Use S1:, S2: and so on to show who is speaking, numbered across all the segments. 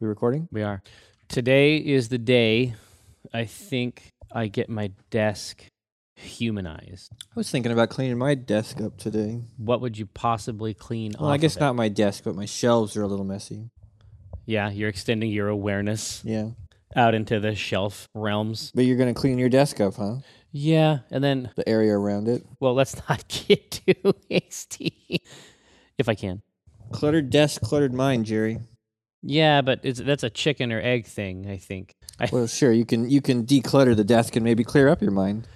S1: We recording?
S2: We are. Today is the day I think I get my desk humanized.
S1: I was thinking about cleaning my desk up today.
S2: What would you possibly clean
S1: Well,
S2: off
S1: Oh, I guess
S2: of it?
S1: not my desk, but my shelves are a little messy.
S2: Yeah, you're extending your awareness
S1: Yeah.
S2: out into the shelf realms.
S1: But you're going to clean your desk up, huh?
S2: Yeah, and then
S1: The area around it.
S2: well, let's not get too hasty if I can.
S1: Cluttered desk, cluttered mind, Jerry.
S2: Yeah, but it's that's a chicken or egg thing, I think. I,
S1: Well, sure, you can you can declutter the desk and maybe clear up your mind.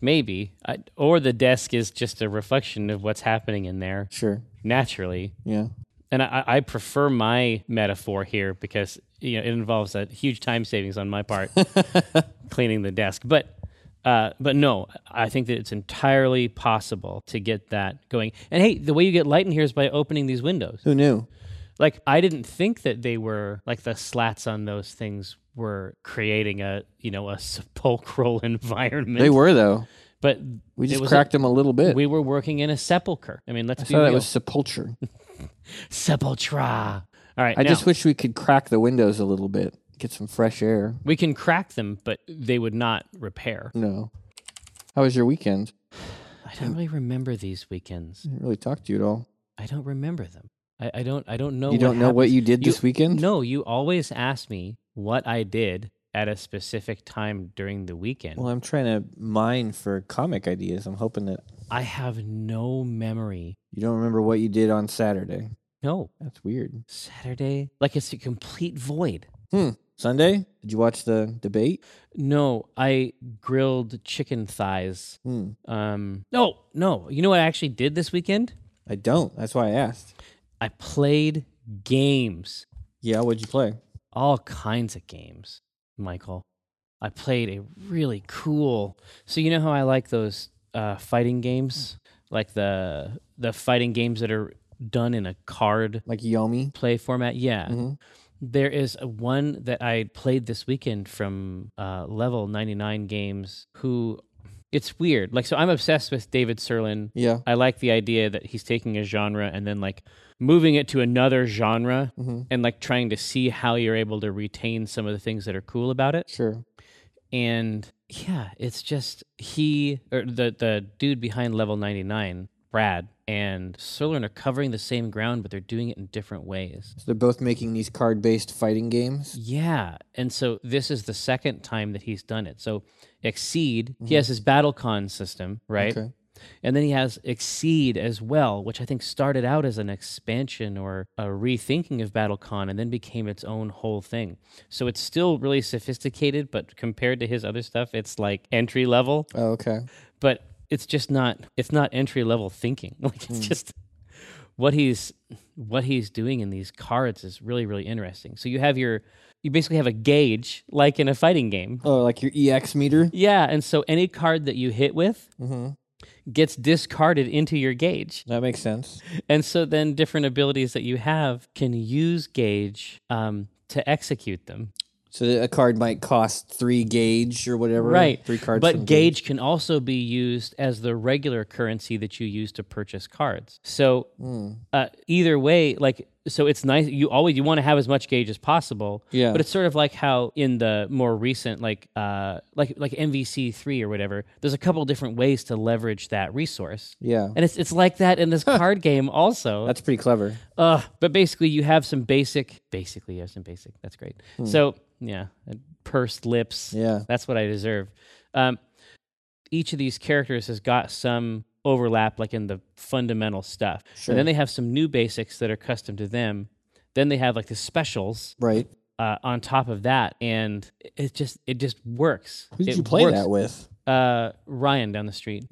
S2: maybe. I, or the desk is just a reflection of what's happening in there
S1: Sure.
S2: naturally.
S1: Yeah.
S2: and I, I prefer my metaphor here because you know it involves a huge time savings on my part cleaning the desk. But uh, but no, I think that it's entirely possible to get that going. And hey, the way you get light in here is by opening these windows.
S1: Who knew?
S2: Like I didn't think that they were like the slats on those things were creating a you know a sepulchral environment.
S1: They were though.
S2: but
S1: We
S2: it
S1: just
S2: was a-
S1: cracked them a little bit.
S2: we were working in a sepulcher. I mean, let's
S1: I
S2: be
S1: thought
S2: real.
S1: that was sepulture.
S2: sepulchra. All right,
S1: I
S2: now-
S1: just wish we could crack the windows a little bit, get some fresh air.
S2: We can crack them, but they would not repair.
S1: No. How was your weekend?
S2: I don't really remember these weekends.
S1: I didn't really talk to you at all.
S2: I don't remember them. I, I don't. I don't know.
S1: you don't know what
S2: happens.
S1: you did this weekend?
S2: No, you always ask me what I did at a specific time during the weekend.
S1: Well, I'm trying to mine for comic ideas. I'm hoping that
S2: I have no memory.
S1: you don't remember what you did on Saturday.
S2: No,
S1: That's weird.
S2: Saturday, like it's a complete void.
S1: Hmm. Sunday? Did you watch the debate?
S2: No, I grilled chicken thighs.
S1: Hmm.
S2: Um, no, no. You know what I actually did this weekend?
S1: I don't. That's why I asked.
S2: I played games.
S1: Yeah, what'd you play?
S2: all kinds of games, Michael. I played a really cool. So you know how I like those uh, fighting games, like the the fighting games that are done in a card
S1: Like Yomi?
S2: play format. Yeah,
S1: Mhm.
S2: There is a one that I played this weekend from uh, Level Ninety Nine Games. Who, it's weird. Like so, I'm obsessed with David Serlin.
S1: Yeah.
S2: I like the idea that he's taking a genre and then like moving it to another genre
S1: Mhm.
S2: and like trying to see how you're able to retain some of the things that are cool about it.
S1: Sure.
S2: And yeah, it's just he or the the dude behind level 99, Brad and Serlin are covering the same ground but they're doing it in different ways.
S1: So they're both making these card based fighting games.
S2: Yeah. And so this is the second time that he's done it. So Exceed, he has his BattleCon system, right?
S1: Okay.
S2: And then he has Exceed as well, which I think started out as an expansion or a rethinking of BattleCon and then became its own whole thing. So it's still really sophisticated, but compared to his other stuff, it's like entry level,
S1: Oh, okay.
S2: but it's just not it's not entry level thinking. Like it's just what he's what he's doing in these cards is really really interesting. So you have your you basically have a gauge like in a fighting game.
S1: Oh, like your EX meter?
S2: Yeah, and so any card that you hit with
S1: Mm-hmm.
S2: gets discarded into your gauge.
S1: That makes sense.
S2: And so then different abilities that you have can use gauge um, to execute them.
S1: So a card might cost three gauge or whatever.
S2: Right.
S1: Three cards.
S2: But
S1: from
S2: gauge can also be used as the regular currency that you use to purchase cards. So
S1: Mm.
S2: uh, either way, like, so it's nice. You always, you want to have as much gauge as possible.
S1: Yeah.
S2: But it's sort of like how in the more recent, like, uh, like, like MVC three or whatever, there's a couple different ways to leverage that resource.
S1: Yeah.
S2: And it's, it's like that in this card game also.
S1: That's pretty clever.
S2: Uh, but basically, you have some basic. Basically, you have some basic. That's great.
S1: Hmm.
S2: So yeah, and pursed lips.
S1: Yeah.
S2: That's what I deserve. Um, each of these characters has got some overlap, like in the fundamental stuff,
S1: Sure.
S2: and then they have some new basics that are custom to them. Then they have like the specials
S1: Right.
S2: uh, on top of that, and it- it just it just works.
S1: Who did
S2: It
S1: you play
S2: works
S1: that with? Hmm.
S2: uh, Ryan down the street.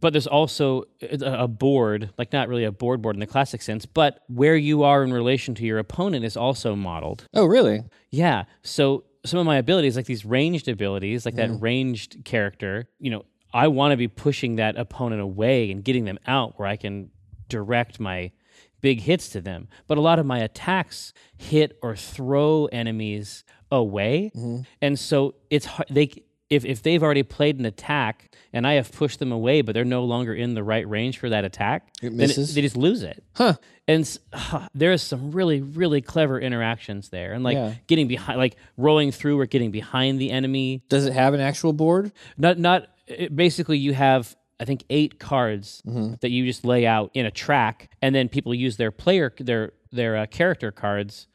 S2: But there's also uh, a a board, like not really a board board in the classic sense, but where you are in relation to your opponent is also modeled.
S1: Oh, really?
S2: Yeah. So some of my abilities, like these ranged abilities, like that ranged character, you know, I want to be pushing that opponent away and getting them out where I can direct my big hits to them. But a lot of my attacks hit or throw enemies away, and so it's hard. They if if they've already played an attack and I have pushed them away, but they're no longer in the right range for that attack, then
S1: misses?
S2: they just lose it.
S1: Huh.
S2: And s- there is some really really clever interactions there, and like
S1: Yeah.
S2: getting behind, like rolling through or getting behind the enemy.
S1: Does it have an actual board?
S2: Not not it, basically you have. I think eight cards that you just lay out in a track, and then people use their player their their uh, character cards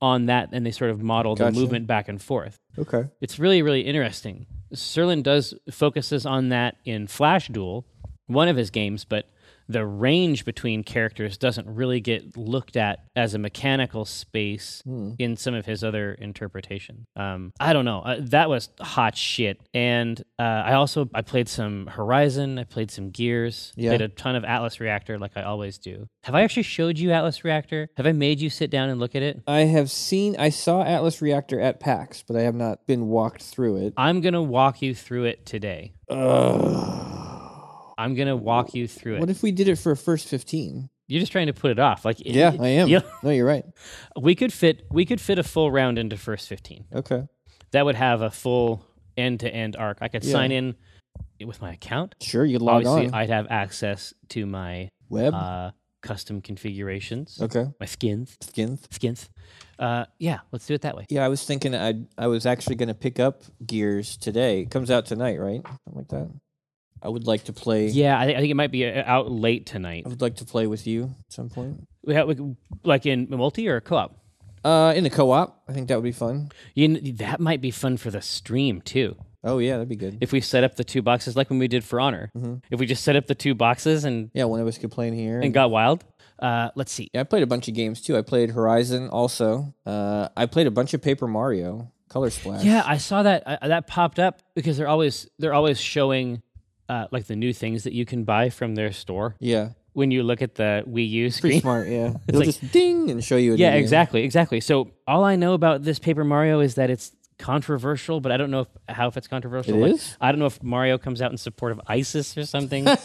S2: on that, and they sort of model the movement back and forth
S1: Okay.
S2: it's really really interesting. Serlin does focuses on that in Flash Duel, one of his games, but the range between characters doesn't really get looked at as a mechanical space in some of his other interpretation. Um, I don't know. Uh, that was hot shit. And uh, I also I played some Horizon. I played some Gears.
S1: Yeah.
S2: Played a ton of Atlas Reactor, like I always do. Have I actually showed you Atlas Reactor? Have I made you sit down and look at it?
S1: I have seen. I saw Atlas Reactor at PAX, but I have not been walked through it.
S2: I'm gonna walk you through it today. I'm gonna walk you through it.
S1: What if we did it for a first fifteen?
S2: You're just trying to put it off. Like
S1: Yeah, I am.
S2: Yeah.
S1: No, you're right.
S2: we could fit we could fit a full round into first fifteen.
S1: Okay.
S2: That would have a full end to end arc. I could sign in with my account.
S1: Sure, you log
S2: Obviously,
S1: on.
S2: I'd have access to my
S1: Web.
S2: uh, custom configurations,
S1: okay.
S2: my skins,
S1: Skins.
S2: skins. Uh, yeah, let's do it that way.
S1: Yeah, I was thinking I I was actually going to pick up Gears today. It comes out tonight, right? Something like that. I would like to play.
S2: Yeah, I, thi- I think it might be uh, out late tonight.
S1: I would like to play with you at some point.
S2: We have, we, like in multi or co-op.
S1: Uh, in a co-op, I think that would be fun.
S2: You kn- that might be fun for the stream too.
S1: Oh yeah, that'd be good.
S2: If we set up the two boxes like when we did for honor,
S1: Mm-hmm.
S2: if we just set up the two boxes and
S1: yeah, one of us could play in here.
S2: and got wild. Uh, let's see.
S1: yeah, I played a bunch of games too. I played Horizon also. Uh, I played a bunch of Paper Mario Color Splash.
S2: Yeah, I saw that I, that popped up because they're always they're always showing uh, like the new things that you can buy from their store
S1: yeah,
S2: when you look at the Wii U
S1: pretty
S2: screen.
S1: smart. Yeah, it'll just ding and show you. a new
S2: yeah,
S1: game.
S2: exactly, exactly. So all I know about this Paper Mario is that it's controversial, but I don't know if, how if it's controversial.
S1: It
S2: Like,
S1: is?
S2: I don't know if Mario comes out in support of ISIS or something. you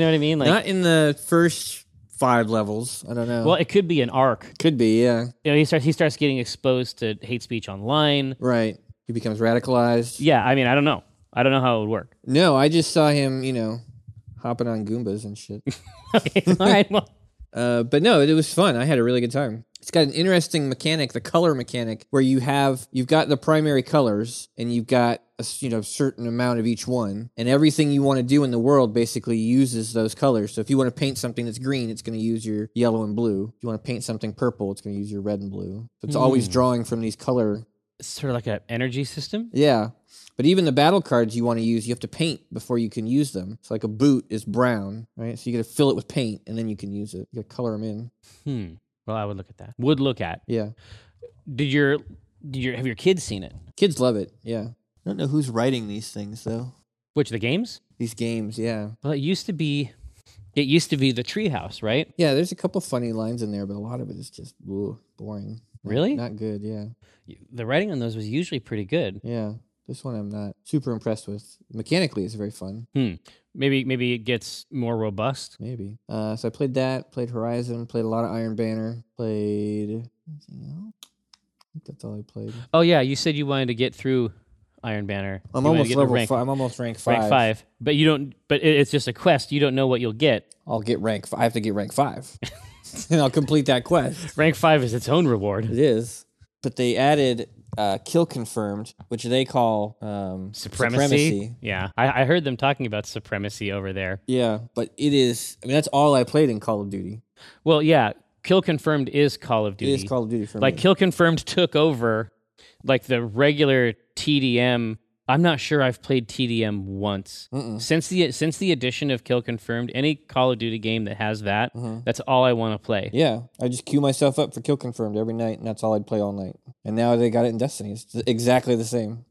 S2: know what I mean? Like,
S1: Not in the first five levels. I don't know.
S2: well, it could be an arc.
S1: could be. Yeah,
S2: You know, he starts he starts getting exposed to hate speech online.
S1: right. He becomes radicalized.
S2: Yeah, I mean, I don't know. I don't know how it would work.
S1: No, I just saw him, you know, hopping on Goombas and shit.
S2: Okay, all right. Well,
S1: Uh, but no, it was fun. I had a really good time. It's got an interesting mechanic, the color mechanic, where you have you've got the primary colors and you've got a s- you know certain amount of each one, and everything you want to do in the world basically uses those colors. So if you want to paint something that's green, it's going to use your yellow and blue. If you want to paint something purple, it's going to use your red and blue. So it's always drawing from these color.
S2: sort of like an energy system.
S1: Yeah. But even the battle cards you want to use, you have to paint before you can use them. So like a boot is brown, right? So you got to fill it with paint and then you can use it. You got to color them in.
S2: Hmm. Well, I would look at that. Would look at.
S1: Yeah.
S2: Did your did your have your kids seen it?
S1: Kids love it. Yeah. I don't know who's writing these things though.
S2: Which the games?
S1: These games, yeah.
S2: Well, it used to be. It used to be the treehouse, right?
S1: Yeah, there's a couple funny lines in there, but a lot of it is just ooh, boring. Not-
S2: Really?
S1: Not good, yeah.
S2: The writing on those was usually pretty good.
S1: Yeah. This one I'm not super impressed with. Mechanically it's very fun,
S2: Hmm. Maybe maybe it gets more robust.
S1: maybe. Uh so I played that, played Horizon, played a lot of Iron Banner, played anything else? I think that's all I played.
S2: Oh yeah, you said you wanted to get through Iron Banner.
S1: I'm
S2: You wanted to
S1: almost
S2: get to
S1: level
S2: rank,
S1: five. I'm almost rank five.
S2: rank five, but you don't. But it, it's just a quest. You don't know what you'll get.
S1: I'll get rank. F- I have to get rank five, and I'll complete that quest.
S2: Rank five is its own reward.
S1: It is. But they added uh, kill confirmed, which they call um,
S2: Supremacy.
S1: supremacy.
S2: Yeah, I, I heard them talking about supremacy over there.
S1: Yeah, but it is. I mean, that's all I played in Call of Duty.
S2: Well, yeah, Kill Confirmed is Call of
S1: It
S2: Duty.
S1: is Call of Duty for
S2: like
S1: me.
S2: Kill Confirmed took over like the regular TDM. I'm not sure I've played TDM once. Since the since the addition of Kill Confirmed, any Call of Duty game that has that,
S1: Mm-hmm.
S2: that's all I want to play.
S1: Yeah, I just queue myself up for kill confirmed every night, and that's all I'd play all night. And now they got it in Destiny. It's exactly the same.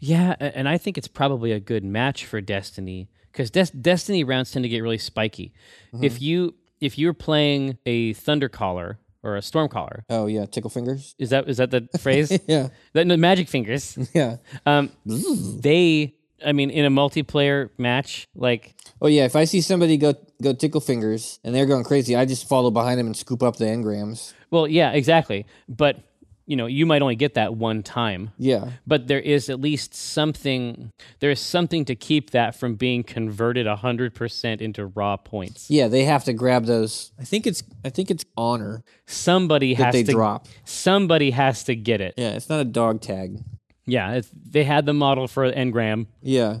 S2: Yeah, a- and I think it's probably a good match for Destiny because Des- Destiny rounds tend to get really spiky. If you if you're playing a Thundercaller or a Stormcaller,
S1: Oh yeah, tickle fingers.
S2: is that is that the phrase?
S1: Yeah,
S2: that no, Magic Fingers.
S1: yeah.
S2: Um, they, I mean, in a multiplayer match, like
S1: Oh yeah, if I see somebody go go tickle fingers and they're going crazy, I just follow behind them and scoop up the engrams.
S2: Well, yeah, exactly. But you know, you might only get that one time,
S1: Yeah.
S2: but there is at least something, there is something to keep that from being converted 100% into raw points.
S1: Yeah, they have to grab those. I think it's I think it's honor
S2: Somebody
S1: that
S2: has
S1: they
S2: to,
S1: drop.
S2: somebody has to get it.
S1: Yeah, it's not a dog tag.
S2: Yeah. It's, they had the model for Ngram.
S1: Yeah.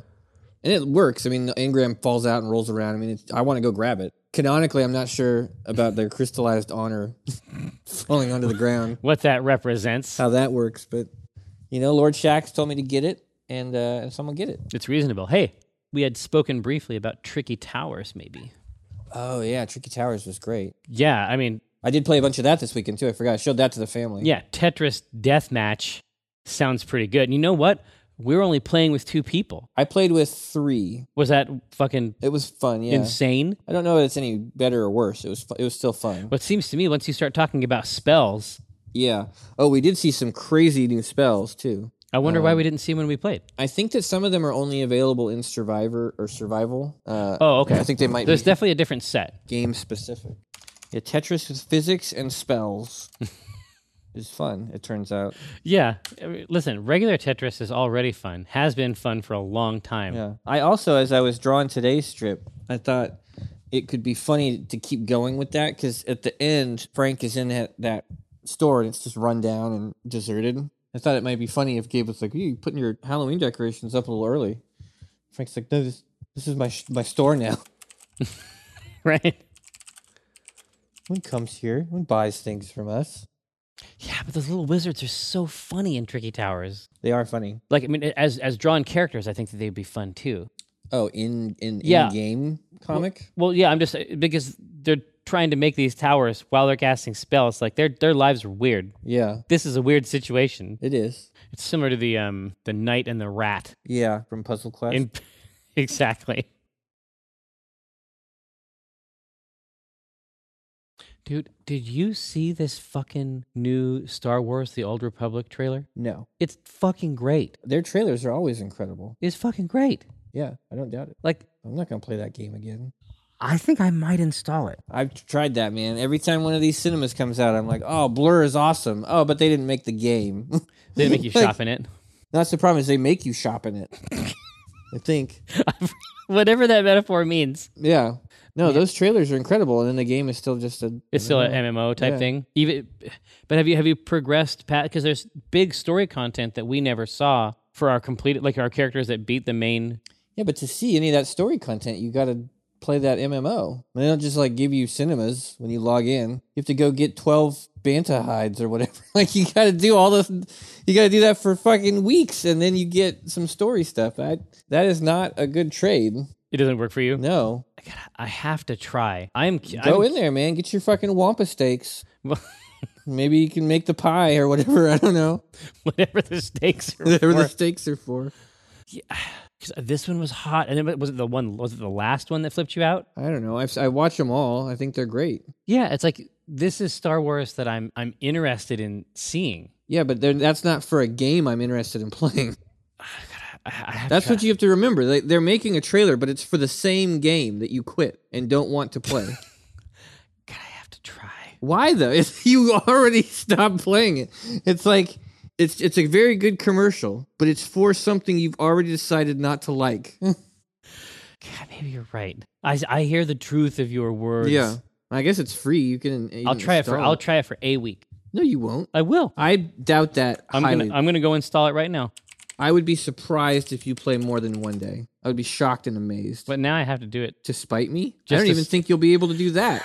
S1: And it works. I mean, the Ingram falls out and rolls around. I mean, it's, I want to go grab it. Canonically, I'm not sure about their crystallized honor falling onto the ground,
S2: What that represents,
S1: how that works, but you know, Lord Shax told me to get it and uh and someone get it.
S2: it's reasonable. Hey, we had spoken briefly about tricky towers, maybe.
S1: Oh yeah, Tricky Towers was great.
S2: Yeah. I mean,
S1: I did play a bunch of that this weekend too. I forgot. I showed that to the family.
S2: Yeah, Tetris Deathmatch sounds pretty good. And you know what? We were only playing with two people.
S1: I played with three.
S2: Was that fucking
S1: It was fun, yeah.
S2: insane?
S1: I don't know if it's any better or worse. It was fu- it was still fun.
S2: What seems to me, once you start talking about spells,
S1: Yeah. Oh, we did see some crazy new spells too.
S2: I wonder
S1: Um,
S2: why we didn't see when we played.
S1: I think that some of them are only available in Survivor or Survival. Uh,
S2: Oh, okay.
S1: I think they might
S2: There's
S1: be
S2: definitely a different set.
S1: game specific. Yeah, Tetris with physics and spells is fun. It turns out.
S2: Yeah. I mean, Listen, regular Tetris is already fun, has been fun for a long time.
S1: Yeah. I also, as I was drawing today's strip, I thought it could be funny to keep going with that because at the end, Frank is in that, that store and it's just run down and deserted. I thought it might be funny if Gabe was like, "You putting your Halloween decorations up a little early." Frank's like, "No, this this is my sh- my store now.
S2: Right?
S1: One comes here, one buys things from us.
S2: Yeah, but those little wizards are so funny in Tricky Towers.
S1: They are funny.
S2: Like, I mean, as as drawn characters, I think that they'd be fun too.
S1: Oh, in in
S2: Yeah.
S1: in game comic.
S2: Well, yeah, I'm just uh, because they're trying to make these towers while they're casting spells. Like their their lives are weird.
S1: Yeah,
S2: This is a weird situation.
S1: it is.
S2: It's similar to the um the knight and the rat.
S1: Yeah, from Puzzle Quest.
S2: In, exactly. Dude, did you see this fucking new Star Wars The Old Republic trailer?
S1: no,
S2: It's fucking great.
S1: their trailers are always incredible.
S2: It's fucking great.
S1: Yeah, I don't doubt it.
S2: Like
S1: I'm not gonna play that game again.
S2: I think I might install it.
S1: I've t- tried that, man. Every time one of these cinemas comes out, I'm like, oh, Blur is awesome. Oh, but they didn't make the game.
S2: They make you
S1: Like-
S2: shop in it.
S1: That's the problem is they make you shop in it. I think.
S2: Whatever that metaphor means.
S1: Yeah. No, those trailers are incredible, and then the game is still just a.
S2: It's still an MMO type
S1: Yeah.
S2: thing. Even, but have you have you progressed pat? Because there's big story content that we never saw for our completed, like our characters that beat the main.
S1: Yeah, but to see any of that story content, you got to play that MMO. They don't just like give you cinemas when you log in. You have to go get twelve banta hides or whatever. like you got to do all this. You got to do that for fucking weeks, and then you get some story stuff. I, that is not a good trade.
S2: It doesn't work for you.
S1: No,
S2: I, gotta, I have to try. I'm cu-
S1: go
S2: I'm,
S1: in there, man. Get your fucking wampa steaks.
S2: Well-
S1: Maybe you can make the pie or whatever. I don't know.
S2: whatever the stakes are.
S1: Whatever the
S2: for.
S1: steaks are for.
S2: 'Cause this one was hot, and then was it the one? Was it the last one that flipped you out?
S1: I don't know. I've, I watch them all. I think they're great.
S2: Yeah, it's like this is Star Wars that I'm I'm interested in seeing.
S1: Yeah, but they're- that's not for a game I'm interested in playing.
S2: Ah, I, I have
S1: That's
S2: to
S1: what you have to remember. They, they're making a trailer, but it's for the same game that you quit and don't want to play.
S2: God, I have to try.
S1: Why though? If you already stopped playing it, it's like it's it's a very good commercial, but it's for something you've already decided not to like.
S2: God, maybe you're right. I s- I hear the truth of your words.
S1: yeah, I guess it's free. You can. you
S2: I'll
S1: can
S2: try it for
S1: install
S2: I'll try it for a week.
S1: No, you won't.
S2: I will.
S1: I doubt that
S2: I'm
S1: highly.
S2: gonna uh I'm gonna go install it right now.
S1: I would be surprised if you play more than one day. I would be shocked and amazed.
S2: But now I have to do it.
S1: to spite me? I
S2: Just
S1: don't
S2: to
S1: even
S2: s-
S1: think you'll be able to do that.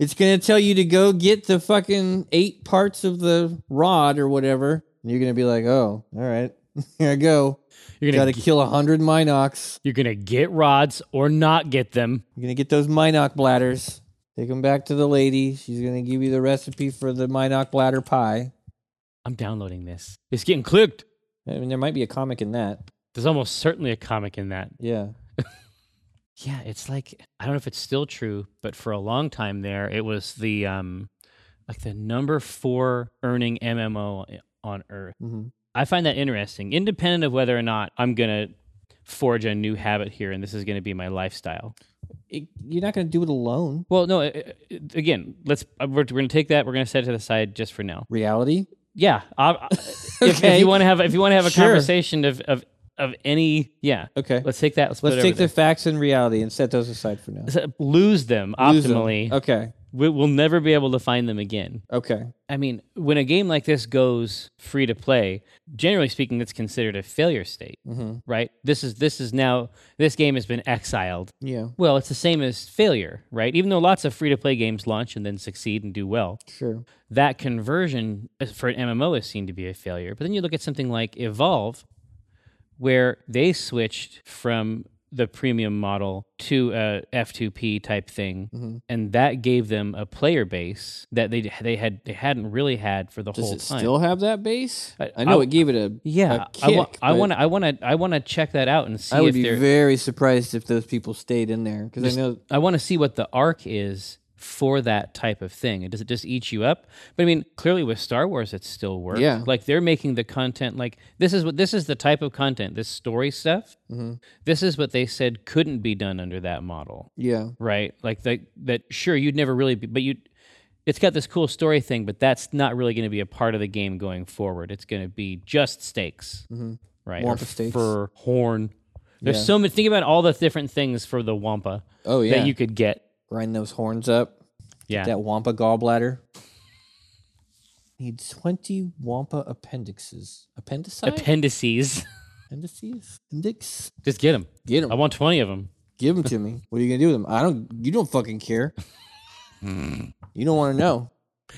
S1: it's going to tell you to go get the fucking eight parts of the rod or whatever. And you're going to be like, oh, all right, here I go.
S2: You're
S1: Got
S2: gonna
S1: to kill a 100 Minox.
S2: you're gonna get rods or not get them.
S1: You're going to get those Minoc bladders. Take them back to the lady. She's going to give you the recipe for the Minoc bladder pie.
S2: I'm downloading this. It's getting clicked.
S1: I mean, there might be a comic in that.
S2: There's almost certainly a comic in that.
S1: Yeah.
S2: Yeah, it's like I don't know if it's still true, but for a long time there, it was the um like the number four earning MMO i- eh, on Earth.
S1: hmm
S2: I find that interesting, independent of whether or not I'm gonna forge a new habit here and this is gonna be my lifestyle.
S1: it, you're not going to do it alone.
S2: Well, no. uh, uh, Again, let's. uh, We're, we're going to take that. We're going to set it to the side just for now.
S1: Reality.
S2: Yeah. I, I- if- if,
S1: Okay.
S2: you want to have, if you want to have a
S1: Sure.
S2: conversation of, of of any, yeah.
S1: Okay.
S2: Let's take that. Let's,
S1: Let's
S2: put
S1: take
S2: it
S1: the facts and reality and set those aside for now.
S2: over there. lose them
S1: Lose Uh, them.
S2: optimally.
S1: Okay.
S2: We, we'll never be able to find them again.
S1: Okay.
S2: I mean, when a game like this goes free to play, generally speaking, that's considered a failure state,
S1: Mm-hmm.
S2: right? This is this is now this game has been exiled.
S1: Yeah.
S2: Well, it's the same as failure, right? Even though lots of free to play games launch and then succeed and do well,
S1: Sure.
S2: that conversion as- for an MMO is seen to be a failure. But then you look at something like Evolve, where they switched from the premium model to a F2P type thing,
S1: Mm-hmm.
S2: and that gave them a player base that they they had they hadn't really had for the
S1: Does
S2: whole
S1: it
S2: time.
S1: still have that base? I,
S2: I-
S1: know
S2: I-
S1: it gave it a
S2: yeah,
S1: a
S2: I wa-
S1: kick,
S2: I
S1: but
S2: want I want to I want to check that out and see
S1: I would
S2: if
S1: be
S2: they're
S1: very surprised if those people stayed in there because I know
S2: I want to see what the arc is for that type of thing. Does it just eat you up? But I mean, clearly with Star Wars, it still works.
S1: Yeah.
S2: like they're making the content. Like this is what this is the type of content. This story stuff. This is what they said couldn't be done under that model,
S1: yeah
S2: right? Like that. That sure you'd never really, be, but you. It's got this cool story thing, but that's not really going to be a part of the game going forward. It's going to be just stakes, right? Or
S1: Mm-hmm. Wampa stakes.
S2: fur, horn. There's so many. Think about all the different things for the wampa
S1: oh yeah
S2: that you could get.
S1: grind those horns up
S2: Yeah.
S1: that wampa gallbladder need twenty wampa appendixes appendicite
S2: Appendices.
S1: appendices index
S2: Just get them.
S1: get
S2: I
S1: them
S2: want 20 of them.
S1: give them to me what are you gonna do with them I don't you don't fucking care
S2: Hmm.
S1: you don't want to know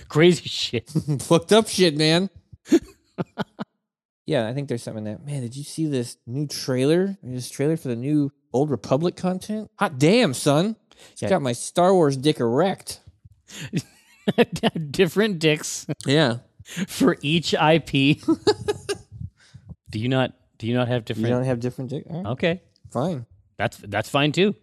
S2: Crazy shit.
S1: fucked up shit, man. yeah, I think there's something in that. Man, did you see this new trailer? This trailer for the new Old Republic content? Hot damn, son. It's
S2: Yeah.
S1: got my Star Wars dick erect.
S2: Different dicks
S1: Yeah.
S2: for each IP. do you not do you not have
S1: You
S2: different
S1: don't have different dick? All right,
S2: Okay.
S1: Fine.
S2: That's that's fine too.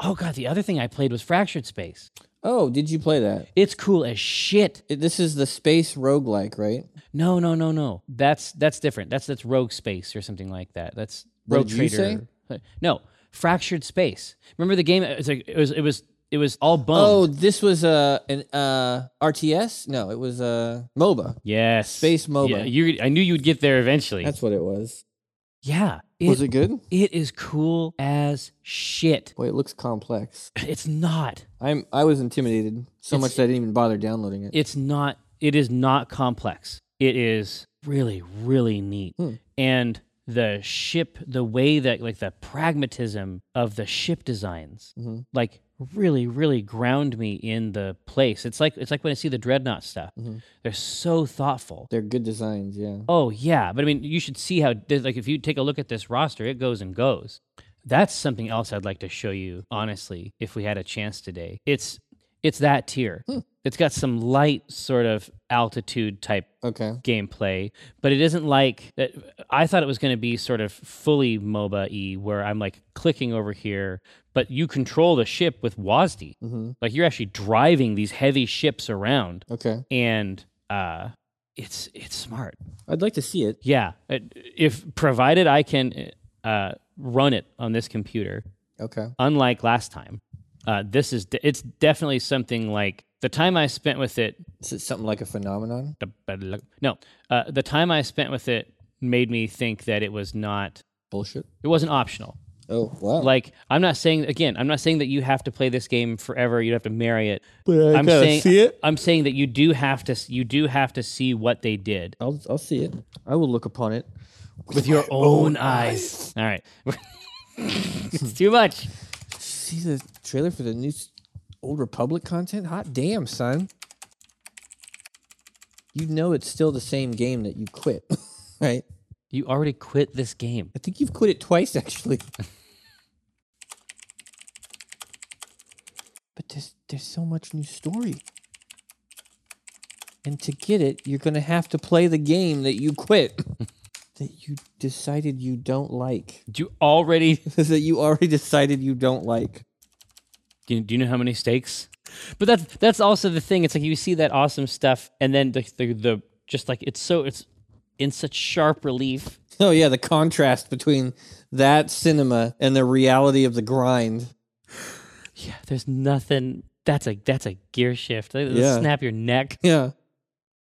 S2: Oh god, the other thing I played was Fractured Space.
S1: Oh, did you play that?
S2: It's cool as shit.
S1: It- this is the space roguelike, right?
S2: No, no, no, no. That's that's different. That's that's Rogue Space or something like that. That's
S1: What
S2: Rogue
S1: did you say?
S2: Trader. No, Fractured Space. Remember the game? It was like, it was it was it was all bum.
S1: Oh, this was uh, an uh, RTS? No, it was uh, MOBA.
S2: Yes,
S1: Space MOBA.
S2: Yeah, you. I knew you'd get there eventually.
S1: That's what it was.
S2: yeah, it,
S1: was it good?
S2: it is cool as shit.
S1: Boy, it looks complex.
S2: It's not.
S1: I'm I was intimidated so
S2: It's-
S1: much that I didn't even bother downloading it.
S2: It's not. It is not complex. It is really, really neat.
S1: Hmm.
S2: And the ship, the way that like the pragmatism of the ship designs,
S1: Mhm.
S2: like really, really ground me in the place. It's like it's like when I see the dreadnought stuff.
S1: Mhm.
S2: They're so thoughtful.
S1: They're good designs, yeah.
S2: Oh yeah, but I mean, you should see how there's, like if you take a look at this roster, it goes and goes. That's something else I'd like to show you, honestly, if we had a chance today. It's it's that tier. It's got some light sort of altitude type
S1: Okay.
S2: gameplay, but it isn't like that. I thought it was going to be sort of fully MOBA y, where I'm like clicking over here, but you control the ship with WASD.
S1: hmm
S2: Like you're actually driving these heavy ships around,
S1: Okay.
S2: and uh, it's it's smart.
S1: I'd like to see it.
S2: Yeah, it- if provided I can uh, run it on this computer,
S1: Okay.
S2: unlike last time, uh, this is de- it's definitely something like the time I spent with it.
S1: Is it something like a phenomenon?
S2: No, uh, the time I spent with it made me think that it was not.
S1: Bullshit.
S2: It wasn't optional.
S1: Oh wow.
S2: Like I'm not saying again. I'm not saying that you have to play this game forever. You have to marry it.
S1: but I
S2: I'm saying I'm saying that you do have to. You do have to see what they did
S1: I'll I'll see it. I will look upon it.
S2: with your own eyes. All right, it's too much.
S1: See the trailer for the new s- Old Republic content? Hot damn, son. You know it's still the same game that you quit, right?
S2: You already quit this game.
S1: I think you've quit it twice, actually. but there's there's so much new story, and to get it, you're gonna have to play the game that you quit, that you decided you don't like,
S2: You already.
S1: that you already decided you don't like.
S2: Do you, do you know how many stakes? But that's that's also the thing. It's like you see that awesome stuff, and then the the, the just like it's so it's in such sharp relief.
S1: Oh yeah, the contrast between that cinema and the reality of the grind.
S2: yeah, there's nothing. That's a that's a gear shift. That'll
S1: Yeah.
S2: Snap your neck.
S1: Yeah.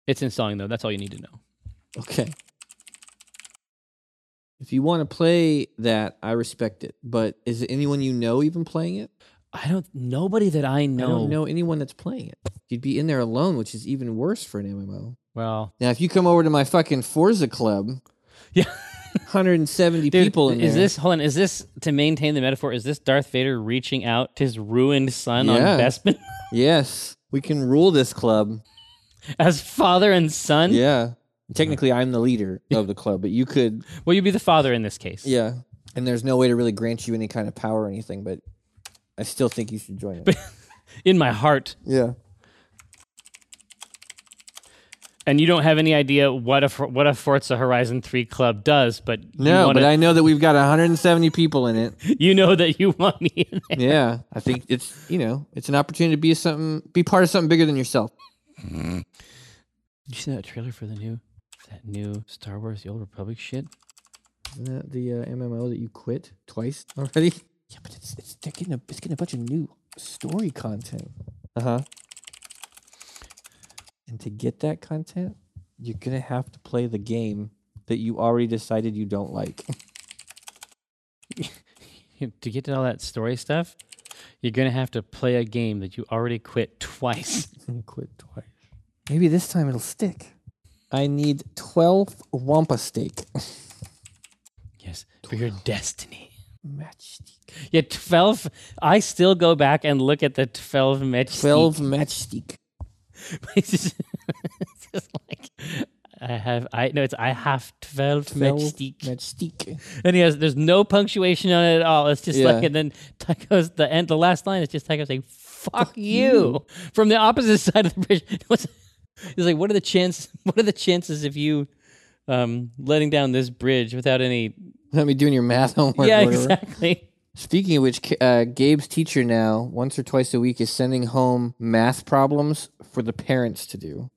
S2: It's installing though. That's all you need to know.
S1: Okay. If you want to play that, I respect it. But is anyone you know even playing it?
S2: I don't. Nobody that I know.
S1: I don't know anyone that's playing it. You'd be in there alone, which is even worse for an MMO.
S2: Well,
S1: Now, if you come over to my fucking Forza club,
S2: Yeah.
S1: 170
S2: dude,
S1: people in
S2: is
S1: there.
S2: this hold on? Is this to maintain the metaphor? Is this Darth Vader reaching out to his ruined son on
S1: Yeah.
S2: Bespin
S1: Yes, we can rule this club.
S2: as father and son?
S1: Yeah. Hmm? Technically, I'm the leader of the club, but you could.
S2: Will you be the father in this case?
S1: Yeah. And there's no way to really grant you any kind of power or anything, but I still think you should join it.
S2: In my heart,
S1: yeah.
S2: and you don't have any idea what a For- what a Forza Horizon Three club does, but you,
S1: No,
S2: wanna-
S1: but I know that we've got 170 people in it.
S2: you know that you want me. In there.
S1: Yeah, I think it's you know it's an opportunity to be something, be part of something bigger than yourself.
S2: Did you see that trailer for the new that new Star Wars The Old Republic shit?
S1: Isn't that the uh, MMO that you quit twice already? Yeah, but it's it's they're getting a it's getting a bunch of new story content. Uh huh. And to get that content, you're gonna have to play the game that you already decided you don't like.
S2: to get to all that story stuff, you're gonna have to play a game that you already quit twice.
S1: and quit twice. Maybe this time it'll stick. I need 12 wampa steak.
S2: yes, for your destiny.
S1: matchstick.
S2: Yeah, twelve. I still go back and look at the twelve match.
S1: 12 matchstick.
S2: it's just, it's just like I have. I no, it's I have twelve, 12 matchstick.
S1: matchstick.
S2: And he has, there's no punctuation on it at all. It's just like,
S1: Yeah.
S2: and then Tycho's, the end, the last line is just Tycho saying, fuck you, from the opposite side of the bridge. What's- He's like, what are the chance? What are the chances of you um, letting down this bridge without any?
S1: Let me doing your math homework.
S2: yeah,
S1: or whatever.
S2: exactly.
S1: Speaking of which, K- uh, Gabe's teacher now, once or twice a week, is sending home math problems for the parents to do.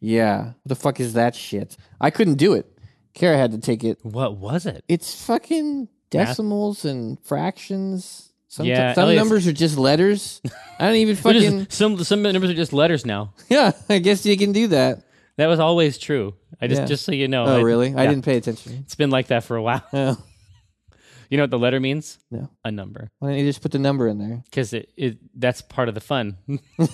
S1: Yeah. What the fuck is that shit? I couldn't do it. Kara had to take it.
S2: What was it?
S1: It's fucking decimals and fractions. Some,
S2: Yeah,
S1: some
S2: Elliot's-
S1: numbers are just letters. I don't even
S2: They're just-
S1: fucking.
S2: some some numbers are just letters now.
S1: Yeah, I guess you can do that.
S2: That was always true. I just
S1: Yeah.
S2: just so you know.
S1: Oh,
S2: I-
S1: really? I
S2: yeah.
S1: didn't pay attention.
S2: It's been like that for a while.
S1: Oh,
S2: You know what the letter means?
S1: No.
S2: A number,
S1: why don't you just put the number in there?
S2: because it, it that's part of the fun.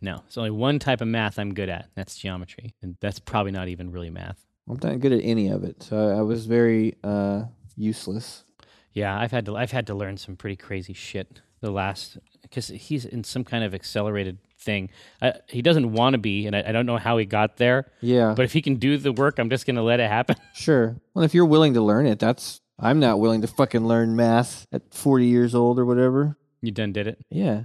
S2: no, it's only one type of math I'm good at. That's geometry, and that's probably not even really math.
S1: I'm not good at any of it, so I- I was very uh, useless.
S2: Yeah, I've had to I've had to learn some pretty crazy shit the last because he's in some kind of accelerated thing. I, he doesn't want to be, and I, I don't know how he got there.
S1: Yeah,
S2: But if he can do the work, I'm just gonna let it happen.
S1: sure. Well, if you're willing to learn it, that's. I'm not willing to fucking learn math at 40 years old or whatever.
S2: you done did it.
S1: Yeah.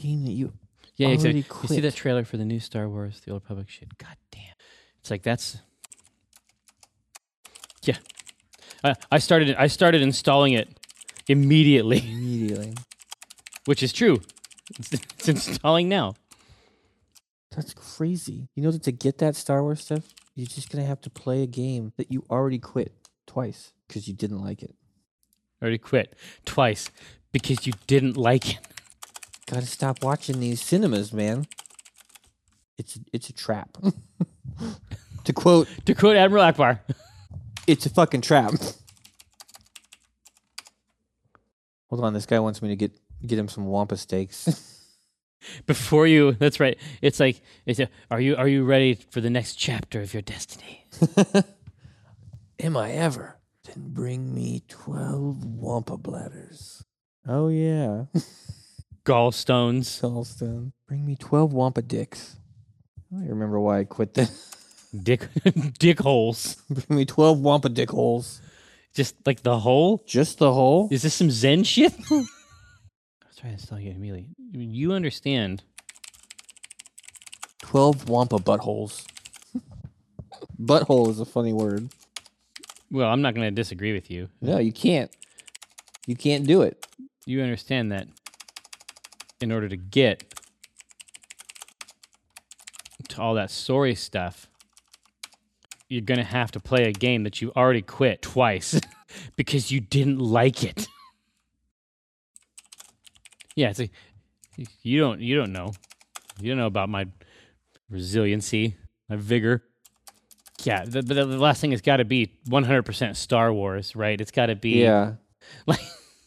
S1: Game that you.
S2: Yeah,
S1: Already
S2: exactly. You see
S1: quit.
S2: that trailer for the new Star Wars, the Old Republic shit? God damn. It's like that's. Yeah, I, I started. I started installing it immediately,
S1: Immediately.
S2: which is true. It's, it's installing now.
S1: That's crazy. You know that to get that Star Wars stuff, you're just going to have to play a game that you already quit twice because you didn't like it.
S2: Already quit twice because you didn't like it.
S1: Gotta stop watching these cinemas, man. It's it's a trap. to quote,
S2: To quote Admiral Akbar,
S1: it's a fucking trap. Hold on, this guy wants me to get get him some wampa steaks.
S2: before you. That's right. It's like, it's a, are you are you ready for the next chapter of your destiny?
S1: Am I ever? Then bring me twelve wampa bladders. Oh yeah,
S2: Gallstones.
S1: Charleston. Bring me twelve wampa dicks. I don't remember why I quit that.
S2: dick dick holes.
S1: bring me twelve wampa dick holes.
S2: Just like the hole.
S1: Just the hole.
S2: Is this some Zen shit? I was trying to install you immediately. I mean, You understand.
S1: Twelve wampa buttholes. Butthole is a funny word.
S2: Well, I'm not going to disagree with you.
S1: No, you can't. You can't do it.
S2: You understand that in order to get to all that story stuff, you're going to have to play a game that you already quit twice because you didn't like it. Yeah, it's like you don't you don't know. You don't know about my resiliency, my vigor. Yeah, the, the, the last thing has got to be 100% Star Wars, right? It's got to be
S1: Yeah.
S2: like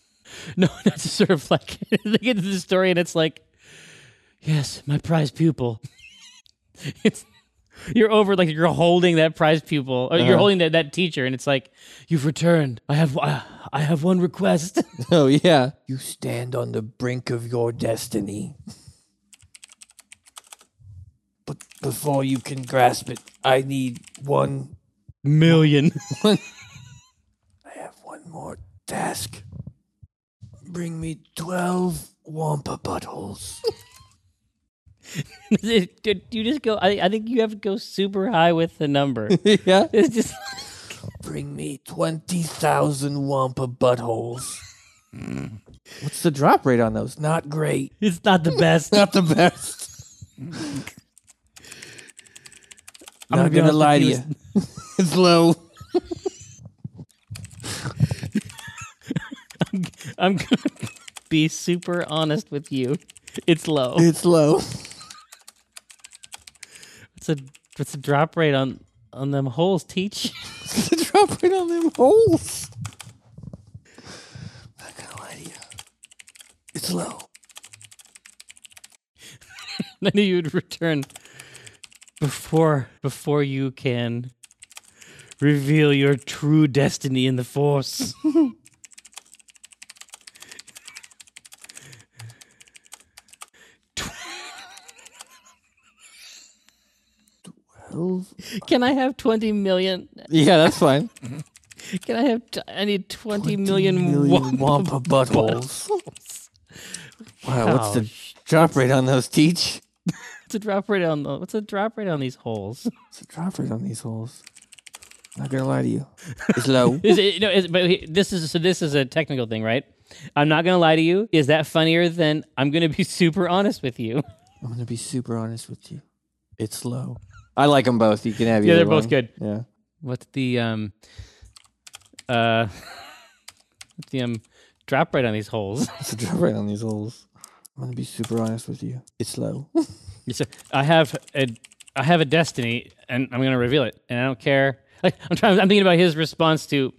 S2: no, not to sort of like they get to the story and it's like, yes, my prize pupil. it's you're over like you're holding that prize pupil or you're
S1: Uh-huh.
S2: holding that, that teacher and it's like you've returned. I have I have one request.
S1: Oh yeah. You stand on the brink of your destiny. But before you can grasp it, I need one
S2: Million.
S1: I have one more task. Bring me 12 Wampa buttholes.
S2: Dude, you just go. I, I think you have to go super high with the number.
S1: yeah.
S2: It's just
S1: Bring me 20,000 Wampa buttholes. What's the drop rate on those? Not great.
S2: it's not the best.
S1: Not the best. I'm not gonna, lie to you. it's low.
S2: I'm gonna be super honest with you. It's low.
S1: It's low.
S2: What's a what's the drop rate on on them holes? Teach.
S1: the drop rate on them holes. Not gonna lie to you. It's low.
S2: I knew you'd return before before you can reveal your true destiny in the Force. Can I have twenty million?
S1: Yeah, that's fine.
S2: Can I have? T- I need twenty
S1: 20
S2: million
S1: million Wampa,
S2: wampa
S1: buttholes. wow, what's the drop rate on those, Teach?
S2: What's the drop rate on the? What's the drop rate on these holes?
S1: What's the drop rate on these holes? Not gonna lie to you. It's low.
S2: Is it, no, is, but he- this is so. This is a technical thing, right? I'm not gonna lie to you. Is that funnier than I'm gonna be super honest with you?
S1: I'm gonna be super honest with you. It's low. I like them both. You can have
S2: Yeah,
S1: either
S2: they're both
S1: one.
S2: good.
S1: Yeah.
S2: What's the um, uh, what's the um, drop rate on these holes?
S1: What's the drop rate on these holes? I'm gonna be super honest with you. It's low.
S2: It's a- I have a I have a destiny, and I'm going to reveal it, and I don't care. Like, I'm trying. I'm thinking about his response to.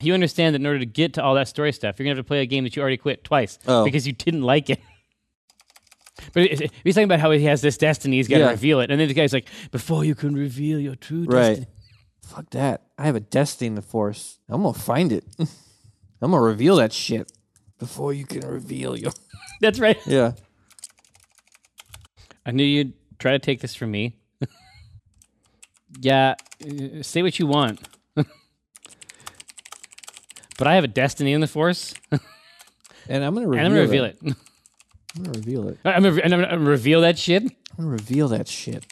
S2: You understand that in order to get to all that story stuff, you're going to have to play a game that you already quit twice
S1: Oh.
S2: because you didn't like it. But it- it- he's talking about how he has this destiny, he's got
S1: Yeah.
S2: to reveal it, and then the guy's like, "Before you can reveal your true
S1: right.
S2: destiny."
S1: Fuck that. I have a destiny in the force. I'm gonna find it. I'm gonna reveal that shit. Before you can reveal your
S2: That's right.
S1: Yeah.
S2: I knew you'd try to take this from me. yeah, uh, say what you want. but I have a destiny in the force,
S1: And I'm gonna reveal
S2: and I'm going to reveal
S1: it.
S2: it.
S1: I'm gonna reveal it.
S2: I'm gonna, and I'm gonna reveal that shit.
S1: I'm gonna reveal that shit.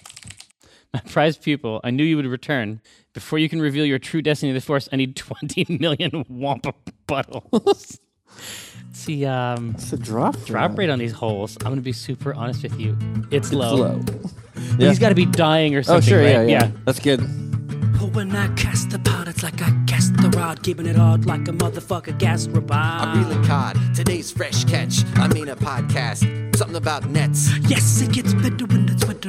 S2: My prized pupil, I knew you would return. Before you can reveal your true destiny to the Force, I need 20 million Wampa buttholes. See, um,
S1: It's a drop.
S2: drop rate on these holes. I'm gonna be super honest with you. It's low.
S1: Low.
S2: He's got to be dying or
S1: Oh
S2: something.
S1: sure,
S2: right?
S1: yeah, yeah. That's good.
S3: But when I cast the pot, it's like I cast the rod, keeping it hard like a motherfucker gas robot.
S4: I reel a cod. Today's fresh catch. I mean a podcast. Something about nets.
S3: Yes, it gets better when it's winter.